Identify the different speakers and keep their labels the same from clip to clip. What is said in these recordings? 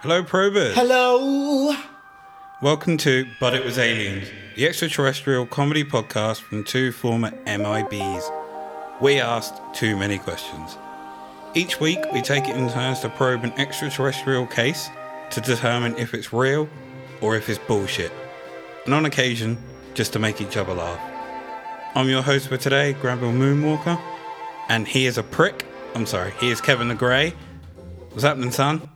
Speaker 1: Hello, Probus.
Speaker 2: Hello.
Speaker 1: Welcome to But It Was Aliens, the extraterrestrial comedy podcast from two former MIBs. We asked too many questions. Each week, we take it in turns to probe an extraterrestrial case to determine if it's real or if it's bullshit. And on occasion, just to make each other laugh. I'm your host for today, Granville Moonwalker, and he is a prick. I'm sorry, he is Kevin the Grey. What's happening, son?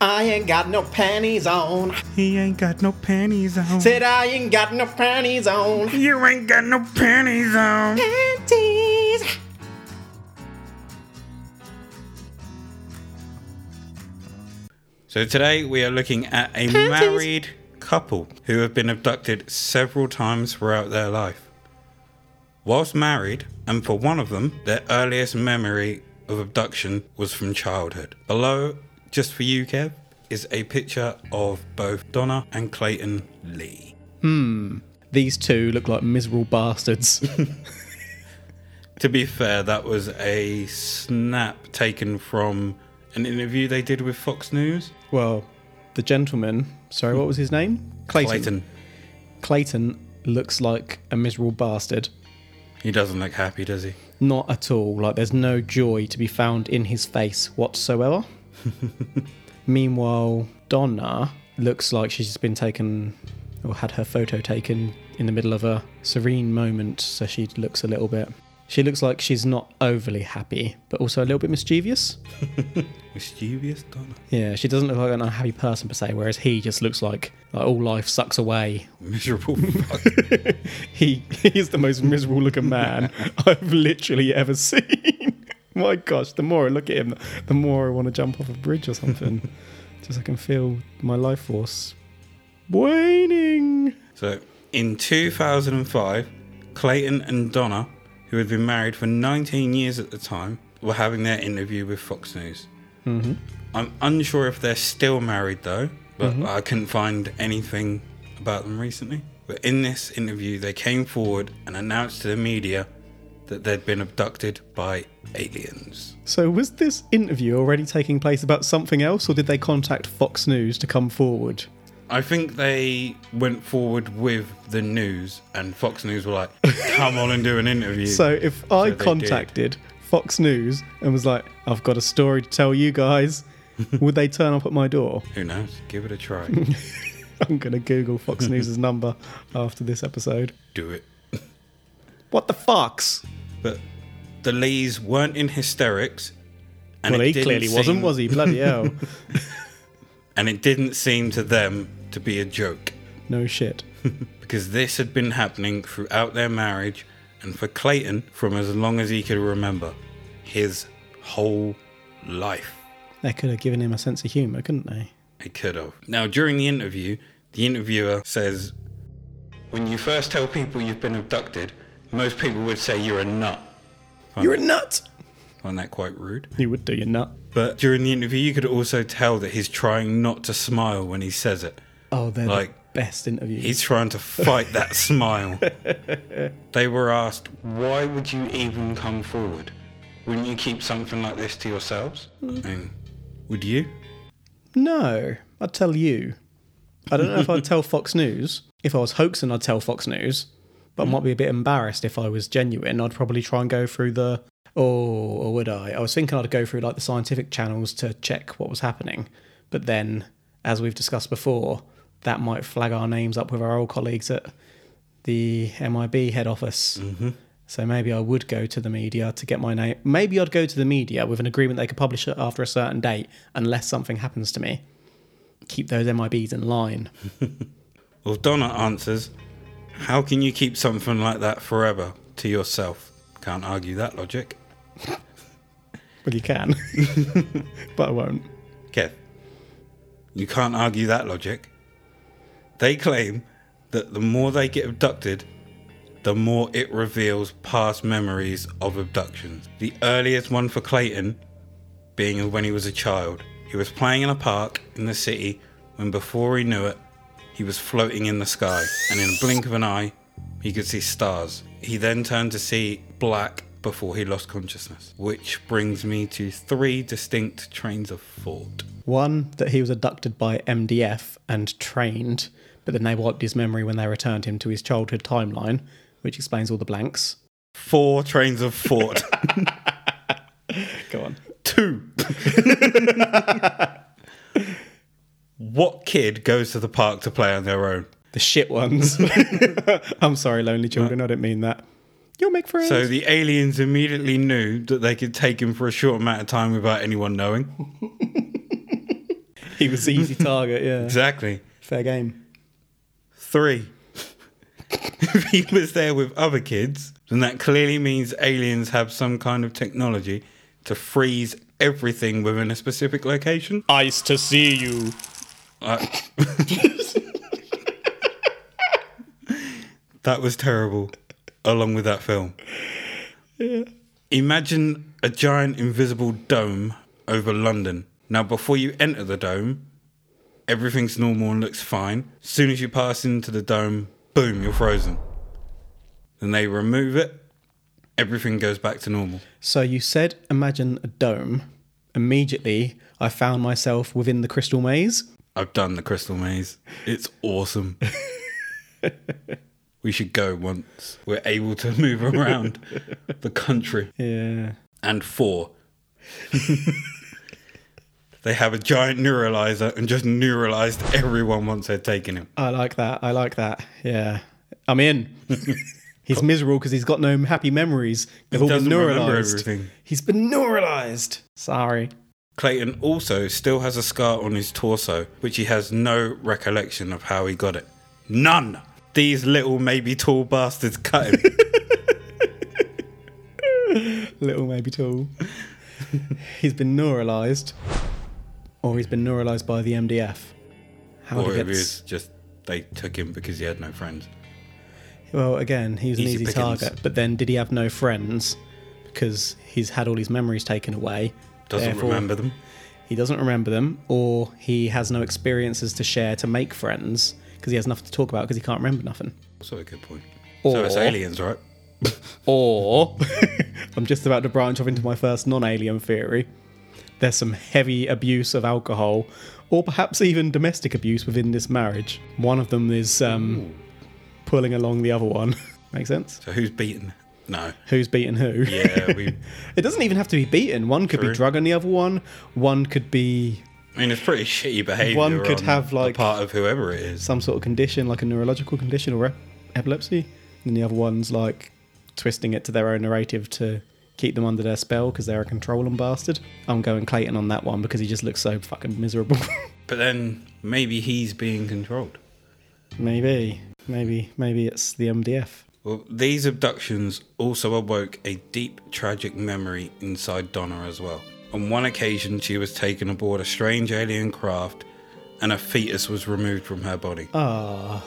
Speaker 2: I ain't got no panties on.
Speaker 1: He ain't got no panties on.
Speaker 2: Said I ain't got no panties on.
Speaker 1: You ain't got no panties on.
Speaker 2: Panties.
Speaker 1: So today we are looking at a married couple who have been abducted several times throughout their life. Whilst married, and for one of them, their earliest memory of abduction was from childhood. Below, just for you, Kev, is a picture of both Donna and Clayton Lee.
Speaker 3: These two look like miserable bastards.
Speaker 1: To be fair, that was a snap taken from an interview they did with Fox News.
Speaker 3: well, the gentleman, sorry, what was his name? Clayton.
Speaker 1: Clayton.
Speaker 3: Clayton looks like a miserable bastard.
Speaker 1: He doesn't look happy, does he?
Speaker 3: Not at all. Like, there's no joy to be found in his face whatsoever. Meanwhile, Donna looks like she's just been taken or had her photo taken in the middle of a serene moment, so she looks a little bit. She looks like she's not overly happy, but also a little bit mischievous.
Speaker 1: Mischievous Donna.
Speaker 3: Yeah, she doesn't look like an unhappy person per se, whereas he just looks like, like all life sucks away.
Speaker 1: Miserable fuck.
Speaker 3: He he's the most miserable looking man I've literally ever seen. My gosh, the more I look at him, the more I want to jump off a bridge or something. just I can feel my life force waning.
Speaker 1: So, in 2005, Clayton and Donna, who had been married for 19 years at the time, were having their interview with Fox News. I'm unsure if they're still married though, but I couldn't find anything about them recently. But in this interview, they came forward and announced to the media that they'd been abducted by aliens.
Speaker 3: So was this interview already taking place about something else, or did they contact Fox News to come forward?
Speaker 1: I think they went forward with the news, and Fox News were like, come on and do an interview.
Speaker 3: So if I
Speaker 1: they did.
Speaker 3: contacted Fox News and was like, I've got a story to tell you guys, would they turn up at my door?
Speaker 1: Who knows? Give it a try.
Speaker 3: I'm going to Google Fox News' number after this episode.
Speaker 1: do it.
Speaker 3: What the fox?
Speaker 1: But the Lees weren't in hysterics. And
Speaker 3: Well,
Speaker 1: it
Speaker 3: he
Speaker 1: didn't
Speaker 3: clearly wasn't,
Speaker 1: seem-
Speaker 3: was he? Bloody hell.
Speaker 1: And it didn't seem to them to be a joke.
Speaker 3: no shit.
Speaker 1: Because this had been happening throughout their marriage and for Clayton from as long as he could remember. His whole life.
Speaker 3: They could have given him a sense of humour, couldn't they?
Speaker 1: It could have. Now, during the interview, the interviewer says, When you first tell people you've been abducted, most people would say you're a nut.
Speaker 3: You're a nut!
Speaker 1: Find that quite rude.
Speaker 3: You would do, you nut.
Speaker 1: But during the interview, you could also tell that he's trying not to smile when he says it.
Speaker 3: Oh, they're
Speaker 1: Like-
Speaker 3: the best interviews.
Speaker 1: He's trying to fight that smile. They were asked, Why would you even come forward? Wouldn't you keep something like this to yourselves? And would you?
Speaker 3: No, I'd tell you. I don't know if I'd tell Fox News. If I was hoaxing, I'd tell Fox News. But I might be a bit embarrassed if I was genuine. I'd probably try and go through the. Oh, or would I? I was thinking I'd go through like the scientific channels to check what was happening. But then, as we've discussed before, that might flag our names up with our old colleagues at the MIB head office. So maybe I would go to the media to get my name. Maybe I'd go to the media with an agreement they could publish it after a certain date, unless something happens to me. Keep those MIBs in line.
Speaker 1: Well, Donna answers, How can you keep something like that forever to yourself? Can't argue that logic.
Speaker 3: Well, you can, but I won't.
Speaker 1: Kev, you can't argue that logic. They claim that the more they get abducted, the more it reveals past memories of abductions. The earliest one for Clayton being when he was a child. He was playing in a park in the city when, before he knew it, he was floating in the sky, and in a blink of an eye, he could see stars. He then turned to see black before he lost consciousness, which brings me to three distinct trains of thought.
Speaker 3: One, that he was abducted by MDF and trained, but then they wiped his memory when they returned him to his childhood timeline, which explains all the blanks.
Speaker 1: Four trains of thought.
Speaker 3: Go on.
Speaker 1: Two. what kid goes to the park to play on their own?
Speaker 3: The shit ones. I'm sorry,
Speaker 4: Uh,
Speaker 3: lonely children. I didn't mean that. You'll make friends.
Speaker 1: So the aliens immediately knew that they could take him for a short amount of time without anyone knowing.
Speaker 3: he was easy target. Yeah.
Speaker 1: Exactly.
Speaker 3: Fair game.
Speaker 1: Three. if he was there with other kids, then that clearly means aliens have some kind of technology to freeze everything within a specific location.
Speaker 4: Ice to see you.
Speaker 1: I- that was terrible, along with that film. Imagine a giant invisible dome over London. Now, before you enter the dome, everything's normal and looks fine. soon as you pass into the dome, boom, you're frozen. Then they remove it, everything goes back to normal.
Speaker 3: So you said, imagine a dome. Immediately, I found myself within the crystal maze.
Speaker 1: I've done the crystal maze. It's awesome. we should go once we're able to move around the country.
Speaker 3: Yeah.
Speaker 1: And four. they have a giant neuralizer and just neuralized everyone once they'd taken him.
Speaker 3: I like that. I like that. Yeah. I'm in. he's miserable because he's got no happy memories. They've all been
Speaker 1: doesn't remember
Speaker 3: neuralized.
Speaker 1: everything.
Speaker 3: He's been neuralized. Sorry.
Speaker 1: Clayton also still has a scar on his torso, which he has no recollection of how he got it. None! These little, maybe tall bastards cut him.
Speaker 3: Little maybe tall. he's been neuralized. Or he's been neuralized by the MDF. How
Speaker 1: or
Speaker 3: he
Speaker 1: it
Speaker 3: gets,
Speaker 1: was just they took him because he had no friends.
Speaker 3: Well, again, he was an
Speaker 1: Easy
Speaker 3: easy
Speaker 1: pickings.
Speaker 3: target. But then, did he have no friends? Because he's had all his memories taken away.
Speaker 1: Doesn't
Speaker 3: Therefore,
Speaker 1: remember them.
Speaker 3: He doesn't remember them, or he has no experiences to share to make friends because he has nothing to talk about because he can't remember nothing.
Speaker 1: Also a good point. so
Speaker 3: Or-
Speaker 1: it's aliens, right?
Speaker 3: Or I'm just about to branch off into my first non-alien theory. There's some heavy abuse of alcohol, or perhaps even domestic abuse within this marriage. One of them is um, pulling along the other one. Make sense?
Speaker 1: So who's beaten? No.
Speaker 3: Who's beating who?
Speaker 1: Yeah, we.
Speaker 3: It doesn't even have to be beaten. One could
Speaker 1: True.
Speaker 3: be drug on the other one. One could be
Speaker 1: I mean, it's pretty shitty behaviour.
Speaker 3: One could
Speaker 1: on
Speaker 3: have,
Speaker 1: the
Speaker 3: like-
Speaker 1: part of whoever it is.
Speaker 3: some sort of condition, like a neurological condition or ep- epilepsy, and the other one's like twisting it to their own narrative to keep them under their spell because they're a controlling bastard. I'm going Clayton on that one because he just looks so fucking miserable.
Speaker 1: But then maybe he's being controlled.
Speaker 3: maybe, maybe, maybe it's the MDF.
Speaker 1: Well, these abductions also awoke a deep, tragic memory inside Donna as well. On one occasion, she was taken aboard a strange alien craft and a fetus was removed from her body.
Speaker 3: Ah,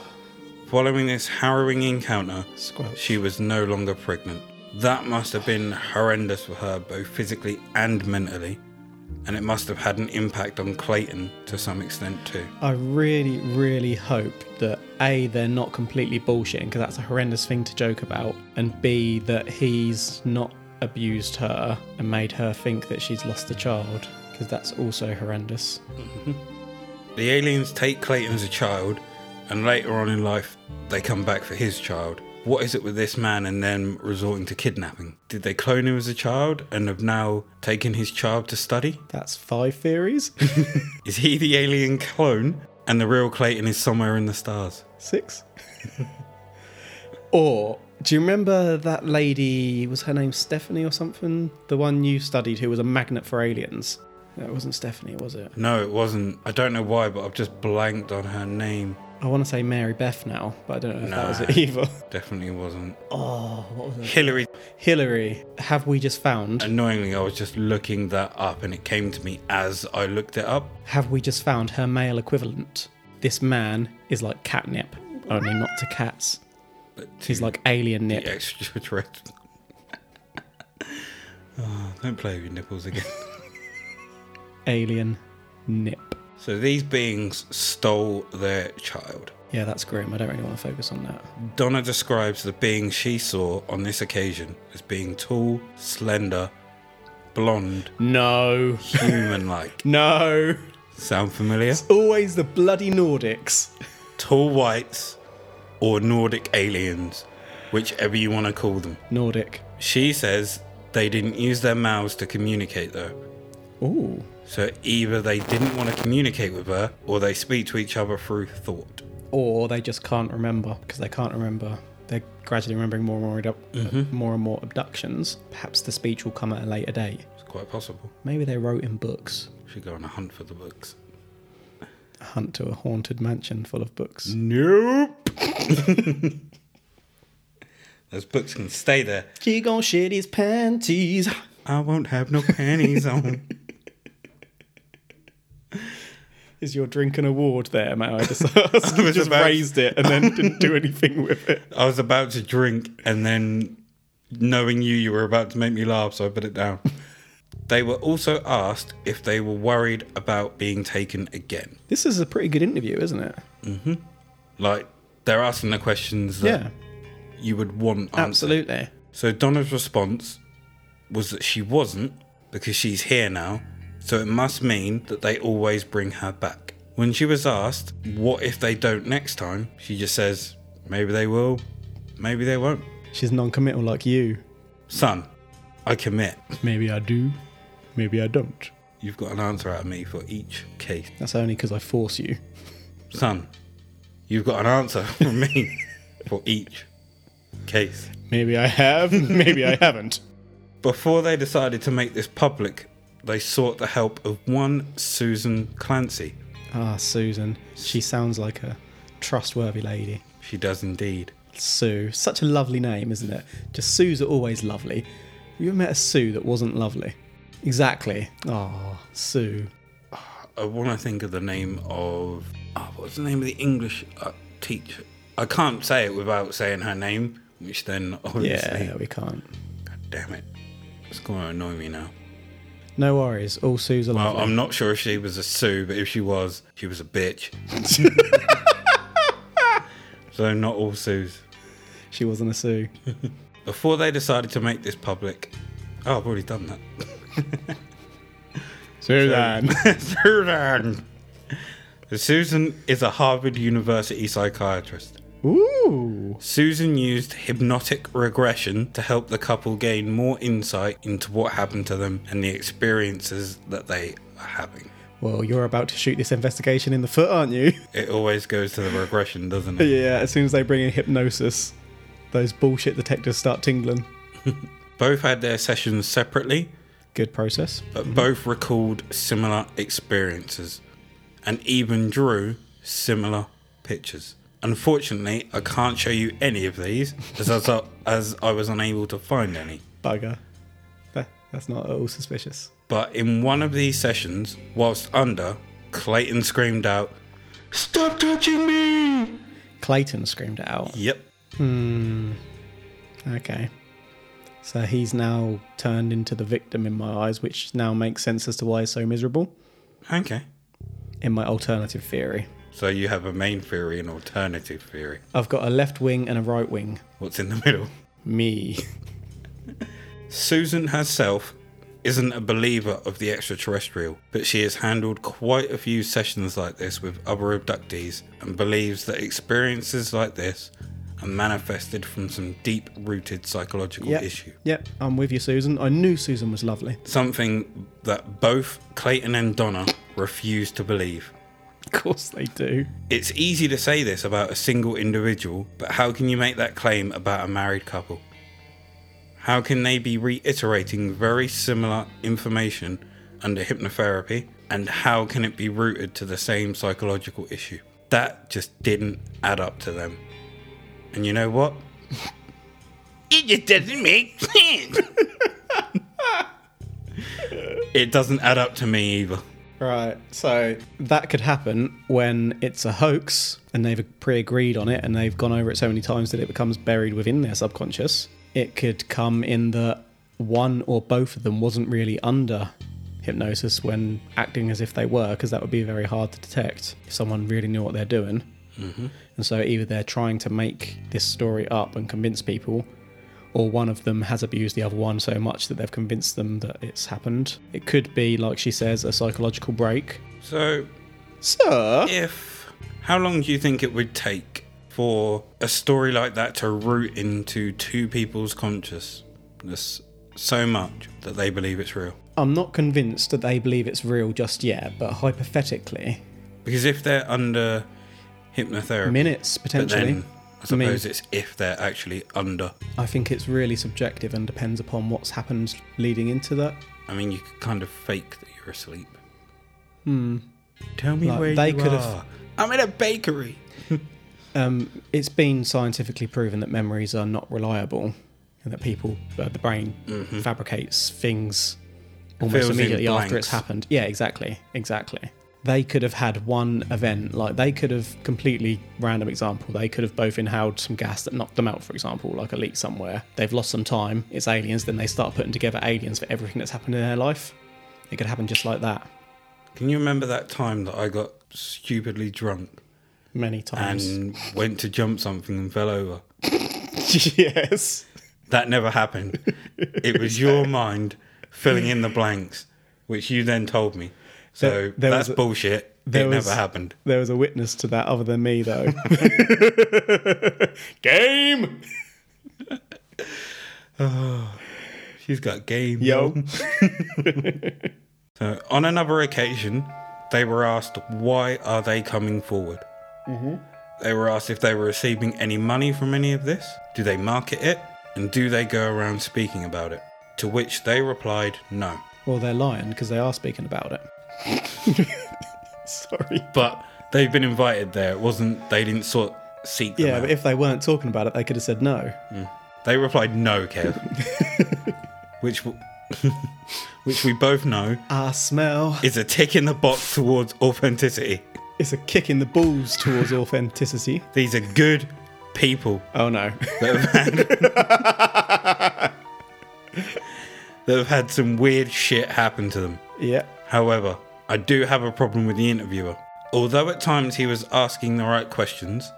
Speaker 1: Following this harrowing encounter,
Speaker 3: Squelch.
Speaker 1: she was no longer pregnant. That must have been horrendous for her, both physically and mentally, and it must have had an impact on Clayton to some extent too.
Speaker 3: I really, really hope that a they're not completely bullshitting because that's a horrendous thing to joke about, and b that he's not abused her and made her think that she's lost a child because that's also horrendous.
Speaker 1: The aliens take Clayton as a child, and later on in life, they come back for his child. What is it with this man and them resorting to kidnapping? Did they clone him as a child and have now taken his child to study?
Speaker 3: That's five theories.
Speaker 1: Is he the alien clone and the real Clayton is somewhere in the stars?
Speaker 3: Six. or do you remember that lady? Was her name Stephanie or something? The one you studied who was a magnet for aliens. No, it wasn't Stephanie, was it?
Speaker 1: No, it wasn't. I don't know why, but I've just blanked on her name.
Speaker 3: I want to say Mary Beth now, but I don't know if that was
Speaker 1: No.
Speaker 3: it either.
Speaker 1: Definitely wasn't.
Speaker 3: Oh, what was it?
Speaker 1: Hillary.
Speaker 3: Hillary, have we just found?
Speaker 1: Annoyingly, I was just looking that up and it came to me as I looked it up.
Speaker 3: Have we just found her male equivalent? This man is like catnip, only not to cats.
Speaker 1: But
Speaker 3: He's
Speaker 1: to
Speaker 3: like alien
Speaker 1: the
Speaker 3: nip.
Speaker 1: extraterrestrial. oh, don't play with your nipples again.
Speaker 3: Alien nip.
Speaker 1: so these beings stole their child.
Speaker 3: Yeah, that's grim. I don't really want to focus on that.
Speaker 1: Donna describes the being she saw on this occasion as being tall, slender, blonde,
Speaker 3: No.
Speaker 1: human like.
Speaker 3: No.
Speaker 1: Sound familiar?
Speaker 3: Always the bloody Nordics.
Speaker 1: Tall whites or Nordic aliens, whichever you want to call them.
Speaker 3: Nordic.
Speaker 1: She says they didn't use their mouths to communicate though.
Speaker 3: Ooh.
Speaker 1: So either they didn't want to communicate with her or they speak to each other through thought.
Speaker 3: Or they just can't remember because they can't remember. They're gradually remembering more and more, abdu- more and more abductions. Perhaps the speech will come at a later date.
Speaker 1: It's quite possible.
Speaker 3: Maybe they wrote in books.
Speaker 1: Should go on a hunt for the books.
Speaker 3: A hunt to a haunted mansion full of books.
Speaker 1: Nope. Those books can stay there.
Speaker 3: She gon' shit his panties.
Speaker 1: I won't have no panties on.
Speaker 3: Is your drink an award there, Matt? I just, asked.
Speaker 1: was
Speaker 3: just
Speaker 1: about-
Speaker 3: raised it and then didn't do anything with it.
Speaker 1: I was about to drink, and then knowing you, you were about to make me laugh, so I put it down. they were also asked if they were worried about being taken again.
Speaker 3: This is a pretty good interview, isn't it?
Speaker 1: Like, they're asking the questions that
Speaker 3: Yeah,
Speaker 1: you would want answered.
Speaker 3: absolutely.
Speaker 1: So Donna's response was that she wasn't because she's here now, so it must mean that they always bring her back. When she was asked, what if they don't next time, she just says, maybe they will, maybe they won't.
Speaker 3: She's non committal like you.
Speaker 1: Son, I commit.
Speaker 3: Maybe I do, maybe I don't.
Speaker 1: You've got an answer out of me for each case.
Speaker 3: That's only because I force you.
Speaker 1: Son, you've got an answer from me for each case.
Speaker 3: Maybe I have, maybe I haven't.
Speaker 1: Before they decided to make this public, they sought the help of one Susan Clancy.
Speaker 3: Ah, Susan. She sounds like a trustworthy lady.
Speaker 1: She does indeed.
Speaker 3: Sue. Such a lovely name, isn't it? Just Sue's are always lovely. Have you ever met a Sue that wasn't lovely? Exactly. Ah, Sue.
Speaker 1: Uh, I want to think of the name of. Oh, what's the name of the English uh, teacher? I can't say it without saying her name, which then obviously.
Speaker 3: Yeah, we can't.
Speaker 1: Damn it. It's going to annoy me now.
Speaker 3: No worries. All Sue's are
Speaker 1: Well,
Speaker 3: lovely.
Speaker 1: I'm not sure if she was a Sue, but if she was, she was a bitch. so, not all Sues.
Speaker 3: She wasn't a Sue.
Speaker 1: Before they decided to make this public. Oh, I've already done that.
Speaker 3: Susan.
Speaker 1: Susan! Susan is a Harvard University psychiatrist.
Speaker 3: Ooh.
Speaker 1: Susan used hypnotic regression to help the couple gain more insight into what happened to them and the experiences that they are having.
Speaker 3: Well, you're about to shoot this investigation in the foot, aren't you?
Speaker 1: It always goes to the regression, doesn't it?
Speaker 3: yeah, as soon as they bring in hypnosis, those bullshit detectors start tingling.
Speaker 1: Both had their sessions separately,
Speaker 3: Good process.
Speaker 1: but both recalled similar experiences and even drew similar pictures. Unfortunately, I can't show you any of these as I was, as I was unable to find any.
Speaker 3: Bugger. That, that's not at all suspicious.
Speaker 1: But in one of these sessions, whilst under, Clayton screamed out, Stop touching me!
Speaker 3: Clayton screamed it out.
Speaker 1: Yep.
Speaker 3: Okay. So he's now turned into the victim in my eyes, which now makes sense as to why he's so miserable.
Speaker 1: Okay.
Speaker 3: In my alternative theory,
Speaker 1: So you have a main theory and alternative theory.
Speaker 3: I've got a left wing and a right wing.
Speaker 1: What's in the middle?
Speaker 3: Me.
Speaker 1: Susan herself isn't a believer of the extraterrestrial, but she has handled quite a few sessions like this with other abductees and believes that experiences like this are manifested from some deep rooted psychological
Speaker 3: Yep.
Speaker 1: issue.
Speaker 3: Yep, I'm with you, Susan. I knew Susan was lovely.
Speaker 1: something that both Clayton and Donna refuse to believe.
Speaker 3: Of course they do.
Speaker 1: It's easy to say this about a single individual, but how can you make that claim about a married couple? How can they be reiterating very similar information under hypnotherapy, and how can it be rooted to the same psychological issue? That just didn't add up to them. And you know what? It just doesn't make sense. it doesn't add up to me either.
Speaker 3: Right, so that could happen when it's a hoax and they've pre agreed on it and they've gone over it so many times that it becomes buried within their subconscious. It could come in that one or both of them wasn't really under hypnosis when acting as if they were, because that would be very hard to detect if someone really knew what they're doing. And so either they're trying to make this story up and convince people, or one of them has abused the other one so much that they've convinced them that it's happened. It could be, like she says, a psychological break,
Speaker 1: So,
Speaker 3: Sir,
Speaker 1: if how long do you think it would take for a story like that to root into two people's consciousness so much that they believe it's real?
Speaker 3: I'm not convinced that they believe it's real just yet, but hypothetically,
Speaker 1: Because if they're under hypnotherapy,
Speaker 3: minutes
Speaker 1: but then
Speaker 3: potentially.
Speaker 1: I
Speaker 3: I mean-
Speaker 1: suppose it's if they're actually under.
Speaker 3: I think it's really subjective and depends upon what's happened leading into that.
Speaker 1: I mean, you could kind of fake that you're asleep. Hmm. Tell me
Speaker 3: Like,
Speaker 1: where
Speaker 3: they
Speaker 1: you
Speaker 3: could've-
Speaker 1: are. I'm in a bakery.
Speaker 3: Um, it's been scientifically proven that memories are not reliable and that people, uh, the brain fabricates things almost
Speaker 1: Mm-hmm. Fills in
Speaker 3: immediately after
Speaker 1: blanks.
Speaker 3: it's happened. Yeah, exactly. Exactly. They could have had one event, like they could have completely random example. They could have both inhaled some gas that knocked them out, for example, like a leak somewhere. They've lost some time. It's aliens. Then they start putting together aliens for everything that's happened in their life. It could happen just like that
Speaker 1: Can you remember that time that I got stupidly drunk
Speaker 3: many times.
Speaker 1: and went to jump something and fell over?
Speaker 3: yes.
Speaker 1: That never happened. It was your mind filling in the blanks, which you then told me. So
Speaker 3: There- there
Speaker 1: that's
Speaker 3: was a-
Speaker 1: bullshit. It
Speaker 3: there was-
Speaker 1: never happened.
Speaker 3: There was a witness to that other than me, though. Game!
Speaker 1: She's got game.
Speaker 3: Yo.
Speaker 1: So on another occasion, they were asked why are they coming forward.
Speaker 3: Mm-hmm.
Speaker 1: They were asked if they were receiving any money from any of this. Do they market it? And do they go around speaking about it? To which they replied, no.
Speaker 3: Well, they're lying because they are speaking about it. Sorry.
Speaker 1: But they've been invited there. It wasn't. They didn't sort seek them
Speaker 3: Yeah,
Speaker 1: out.
Speaker 3: but if they weren't talking about it, they could have said no.
Speaker 1: They replied, "No, Kev," which w- which we both know
Speaker 3: I smell.
Speaker 1: is a tick in the box towards authenticity.
Speaker 3: It's a kick in the balls towards authenticity.
Speaker 1: These are good people
Speaker 3: Oh no.
Speaker 1: that have had that have had some weird shit happen to them.
Speaker 3: yeah.
Speaker 1: However, I do have a problem with the interviewer. Although at times he was asking the right questions,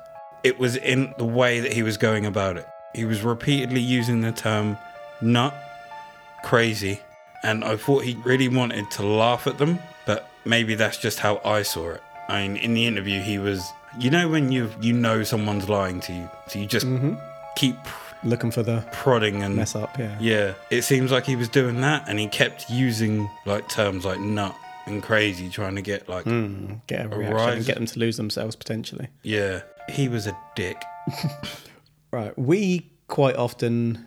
Speaker 1: it was in the way that he was going about it. He was repeatedly using the term nut, crazy, and I thought he really wanted to laugh at them, but maybe that's just how I saw it. I mean, in the interview, he was, you know, when you you know someone's lying to you, so you just keep
Speaker 3: Looking for the
Speaker 1: prodding and
Speaker 3: Mm-hmm. mess up, yeah.
Speaker 1: yeah, it seems like he was doing that, and he kept using like terms like nut and crazy, trying to get like
Speaker 3: Hmm. Get a reaction
Speaker 1: rise.
Speaker 3: and get them to lose themselves potentially.
Speaker 1: yeah. He was a dick.
Speaker 3: Right. We quite often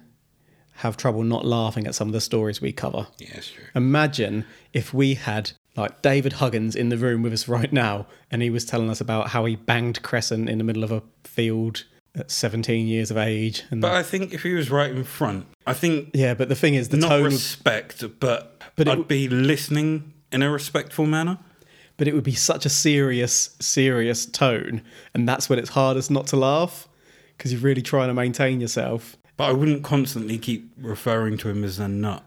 Speaker 3: have trouble not laughing at some of the stories we cover.
Speaker 1: Yeah, that's true.
Speaker 3: Imagine if we had like David Huggins in the room with us right now and he was telling us about how he banged Crescent in the middle of a field at 17 years of age and
Speaker 1: But uh, I think if he was right in front, I think
Speaker 3: yeah but the thing is the
Speaker 1: not
Speaker 3: tone
Speaker 1: respect, but,
Speaker 3: But it
Speaker 1: I'd
Speaker 3: w-
Speaker 1: be listening in a respectful manner.
Speaker 3: but it would be such a serious serious tone and that's when it's hardest not to laugh because you're really trying to maintain yourself
Speaker 1: But I wouldn't constantly keep referring to him as a nut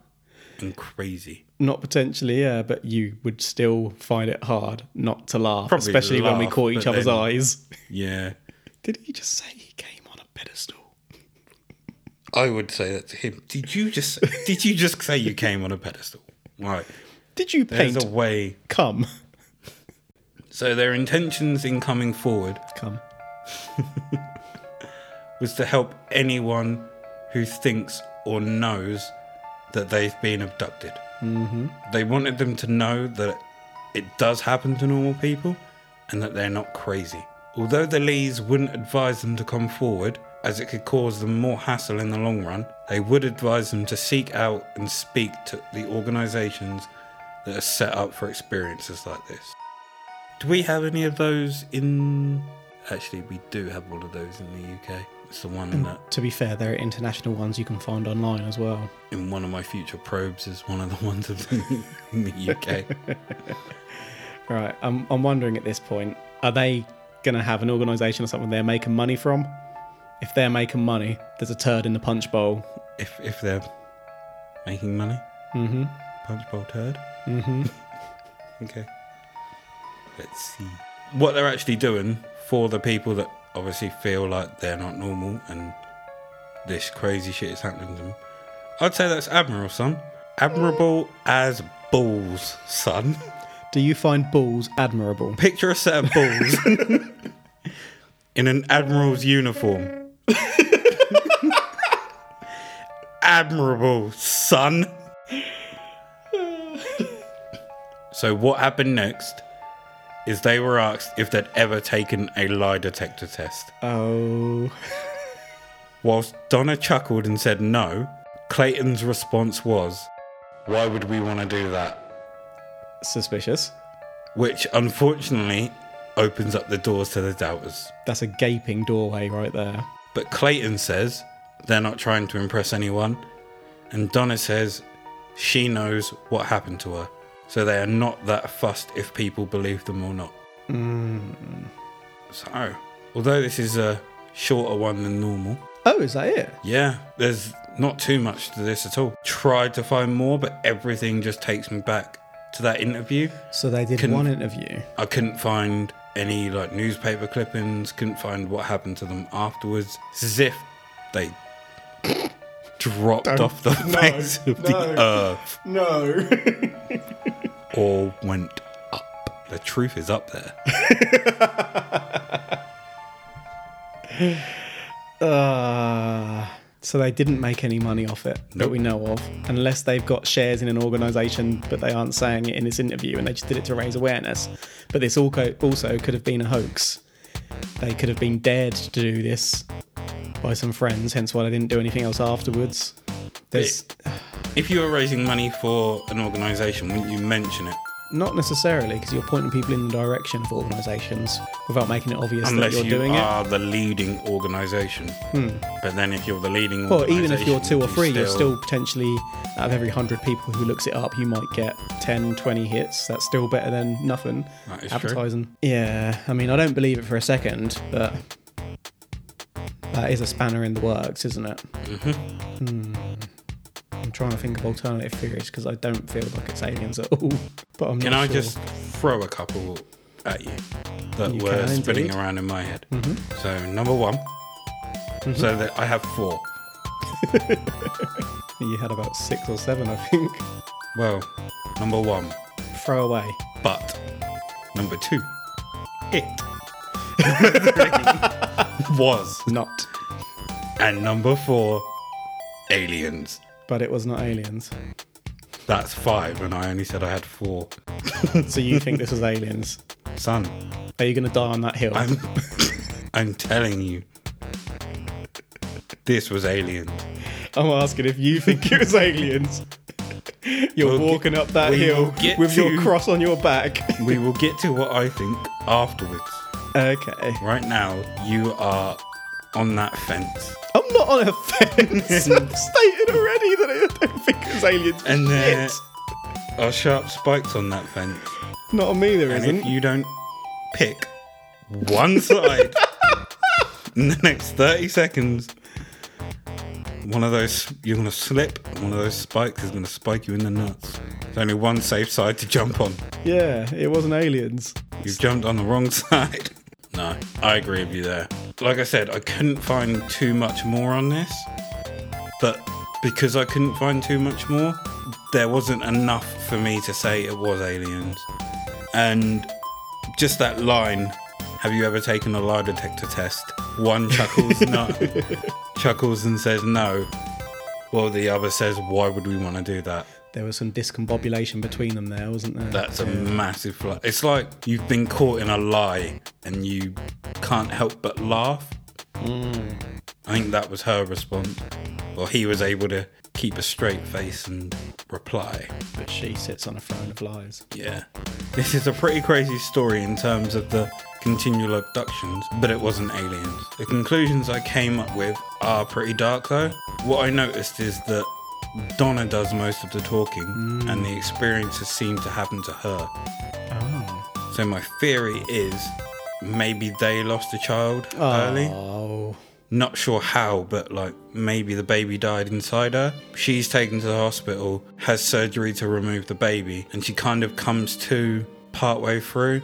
Speaker 1: and crazy.
Speaker 3: not potentially yeah but you would still find it hard not to laugh
Speaker 1: Probably
Speaker 3: especially when we
Speaker 1: laugh,
Speaker 3: caught each
Speaker 1: but
Speaker 3: other's
Speaker 1: then-
Speaker 3: eyes
Speaker 1: Yeah,
Speaker 3: did he just say he came on a pedestal
Speaker 1: I would say that to him. Did you just did you just say you came on a pedestal? Right.
Speaker 3: did you
Speaker 1: There's
Speaker 3: paint
Speaker 1: a way.
Speaker 3: come
Speaker 1: So their intentions in coming forward
Speaker 3: come
Speaker 1: was to help anyone who thinks or knows that they've been abducted. Mm-hmm. They wanted them to know that it does happen to normal people and that they're not crazy. Although the Lees wouldn't advise them to come forward, as it could cause them more hassle in the long run, they would advise them to seek out and speak to the organisations that are set up for experiences like this. Do we have any of those in? Actually, we do have one of those in the UK. It's the one that
Speaker 3: To be fair, there are international ones you can find online as well.
Speaker 1: in one of my future probes is one of the ones of the, in the UK.
Speaker 3: Right, I'm, I'm wondering at this point, are they going to have an organisation or something they're making money from? If they're making money, there's a turd in the punch bowl.
Speaker 1: if if they're making money, mm-hmm. punch bowl turd. Mm-hmm. okay. Let's see what they're actually doing for the people that obviously feel like they're not normal and this crazy shit is happening to them. I'd say that's admirable, son. Admirable as balls, son.
Speaker 3: Do you find balls admirable?
Speaker 1: Picture a set of balls in an admiral's uniform. Admirable, son. so, what happened next is they were asked if they'd ever taken a lie detector test.
Speaker 3: Oh.
Speaker 1: Whilst Donna chuckled and said no, Clayton's response was, Why would we want to do that?
Speaker 3: Suspicious.
Speaker 1: Which unfortunately opens up the doors to the doubters.
Speaker 3: That's a gaping doorway right there.
Speaker 1: But Clayton says they're not trying to impress anyone, and Donna says she knows what happened to her, so they are not that fussed if people believe them or not. So, although this is a shorter one than normal,
Speaker 3: Oh, is that it?
Speaker 1: yeah, there's not too much to this at all. Tried to find more, but everything just takes me back to that interview.
Speaker 3: So they did
Speaker 1: Can-
Speaker 3: one interview.
Speaker 1: I couldn't find any like newspaper clippings, couldn't find what happened to them afterwards. It's as if they dropped off the face of the earth
Speaker 2: No.
Speaker 1: or went up. The truth is up there.
Speaker 3: Uh, so they didn't make any money off it that
Speaker 1: Nope.
Speaker 3: we know of, unless they've got shares in an organisation, but they aren't saying it in this interview, and they just did it to raise awareness. But this also also could have been a hoax. They could have been dared to do this by some friends, hence why they didn't do anything else afterwards. There's
Speaker 1: If you were raising money for an organisation, wouldn't you mention it?
Speaker 3: not necessarily because you're pointing people in the direction of organisations without making it obvious
Speaker 1: Unless
Speaker 3: that
Speaker 1: you
Speaker 3: you're doing it. Hmm.
Speaker 1: are the leading organisation. But then if you're the leading
Speaker 3: Well, even if you're two or
Speaker 1: you
Speaker 3: three, you're still potentially, out of every 100 people who looks it up, you might get 10, 20 hits. That's still better than nothing.
Speaker 1: That is true.
Speaker 3: Advertising. Yeah, I mean, I don't believe it for a second, but that is a spanner in the works, isn't it? Mm-hmm. I'm trying to think of alternative theories because I don't feel like it's aliens at all. But I'm
Speaker 1: Can
Speaker 3: not
Speaker 1: I
Speaker 3: sure.
Speaker 1: just throw a couple at you that
Speaker 3: You
Speaker 1: were
Speaker 3: can
Speaker 1: spinning
Speaker 3: indeed. Mm-hmm.
Speaker 1: around in my head? So number one. So that I have four.
Speaker 3: You had about six or seven, I think.
Speaker 1: Well, number one,
Speaker 3: Throw away.
Speaker 1: but number two, it was,
Speaker 3: Not.
Speaker 1: and number four, aliens.
Speaker 3: But it was not aliens.
Speaker 1: That's five, and I only said I had four.
Speaker 3: So you think this was aliens?
Speaker 1: Son,
Speaker 3: Are you going to die on that hill?
Speaker 1: I'm, I'm telling you, this was aliens.
Speaker 3: I'm asking if you think it was aliens. You're
Speaker 1: We'll get-
Speaker 3: walking up that
Speaker 1: we will
Speaker 3: hill
Speaker 1: get
Speaker 3: with your
Speaker 1: to-
Speaker 3: cross on your back.
Speaker 1: We will get to what I think afterwards.
Speaker 3: Okay.
Speaker 1: Right now, you are on that fence.
Speaker 3: I'm not on a fence. I've stated already that I don't think it was aliens.
Speaker 1: And uh, there
Speaker 3: Shit.
Speaker 1: are sharp spikes on that fence.
Speaker 3: Not on me, there
Speaker 1: And
Speaker 3: isn't.
Speaker 1: if you don't pick one side in the next 30 seconds, one of those, you're going to slip, and one of those spikes is going to spike you in the nuts. There's only one safe side to jump on.
Speaker 3: Yeah, it wasn't aliens.
Speaker 1: You've jumped on the wrong side. No, I agree with you there. Like I said, I couldn't find too much more on this, but because I couldn't find too much more, there wasn't enough for me to say it was aliens. And just that line, have you ever taken a lie detector test? One chuckles no, chuckles and says no, while the other says, why would we want to do that?
Speaker 3: There was some discombobulation between them there, wasn't there?
Speaker 1: That's a massive flaw. It's like you've been caught in a lie and you can't help but laugh. I think that was her response. Well, he was able to keep a straight face and reply.
Speaker 3: But she sits on a throne of lies.
Speaker 1: Yeah. This is a pretty crazy story in terms of the continual abductions, but it wasn't aliens. The conclusions I came up with are pretty dark though. What I noticed is that Donna does most of the talking and the experiences seem to happen to her. So my theory is maybe they lost a child early.
Speaker 3: Oh.
Speaker 1: Not sure how, but like maybe the baby died inside her. She's taken to the hospital, has surgery to remove the baby, and she kind of comes to partway through.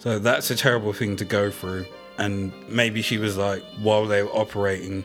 Speaker 1: So that's a terrible thing to go through. And maybe she was like, while they were operating,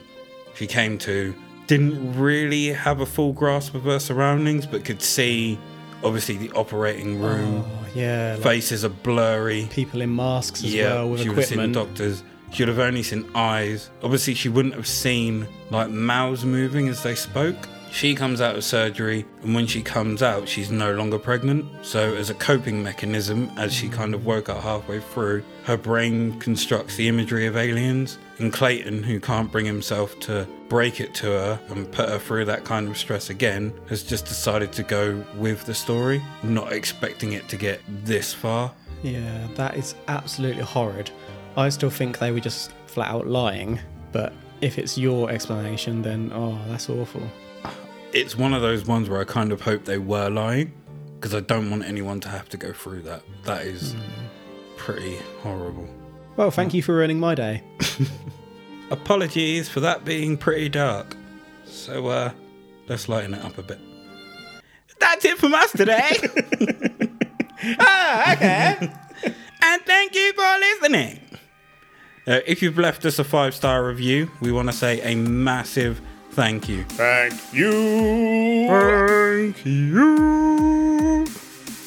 Speaker 1: she came to, didn't really have a full grasp of her surroundings, but could see Obviously, the operating room
Speaker 3: Oh. Yeah, like
Speaker 1: faces are blurry.
Speaker 3: people in masks as
Speaker 1: Yeah,
Speaker 3: well with
Speaker 1: she would have seen
Speaker 3: equipment.
Speaker 1: doctors. She would have only seen eyes. Obviously, she wouldn't have seen like mouths moving as they spoke. She comes out of surgery, and when she comes out, she's no longer pregnant. So, as a coping mechanism, as she kind of woke up halfway through, her brain constructs the imagery of aliens. And Clayton, who can't bring himself to break it to her and put her through that kind of stress again, has just decided to go with the story, not expecting it to get this far.
Speaker 3: yeah, that is absolutely horrid. I still think they were just flat out lying, but if it's your explanation, then oh, that's awful.
Speaker 1: it's one of those ones where I kind of hope they were lying because I don't want anyone to have to go through that. That is pretty horrible.
Speaker 3: Well, thank you for ruining my day.
Speaker 1: Apologies for that being pretty dark. So, uh, let's lighten it up a bit. That's it from us today. ah, okay. and thank you for listening. Uh, if you've left us a five star review, we want to say a massive thank you.
Speaker 4: Thank you.
Speaker 1: Thank you.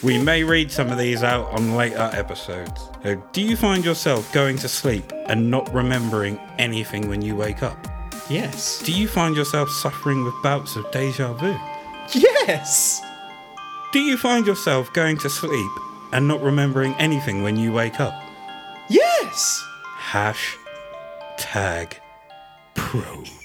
Speaker 1: We may read some of these out on later episodes. Uh, Do you find yourself going to sleep and not remembering anything when you wake up?
Speaker 3: Yes.
Speaker 1: Do you find yourself suffering with bouts of deja vu?
Speaker 3: Yes.
Speaker 1: Do you find yourself going to sleep and not remembering anything when you wake up?
Speaker 3: Yes.
Speaker 1: Hashtag prove.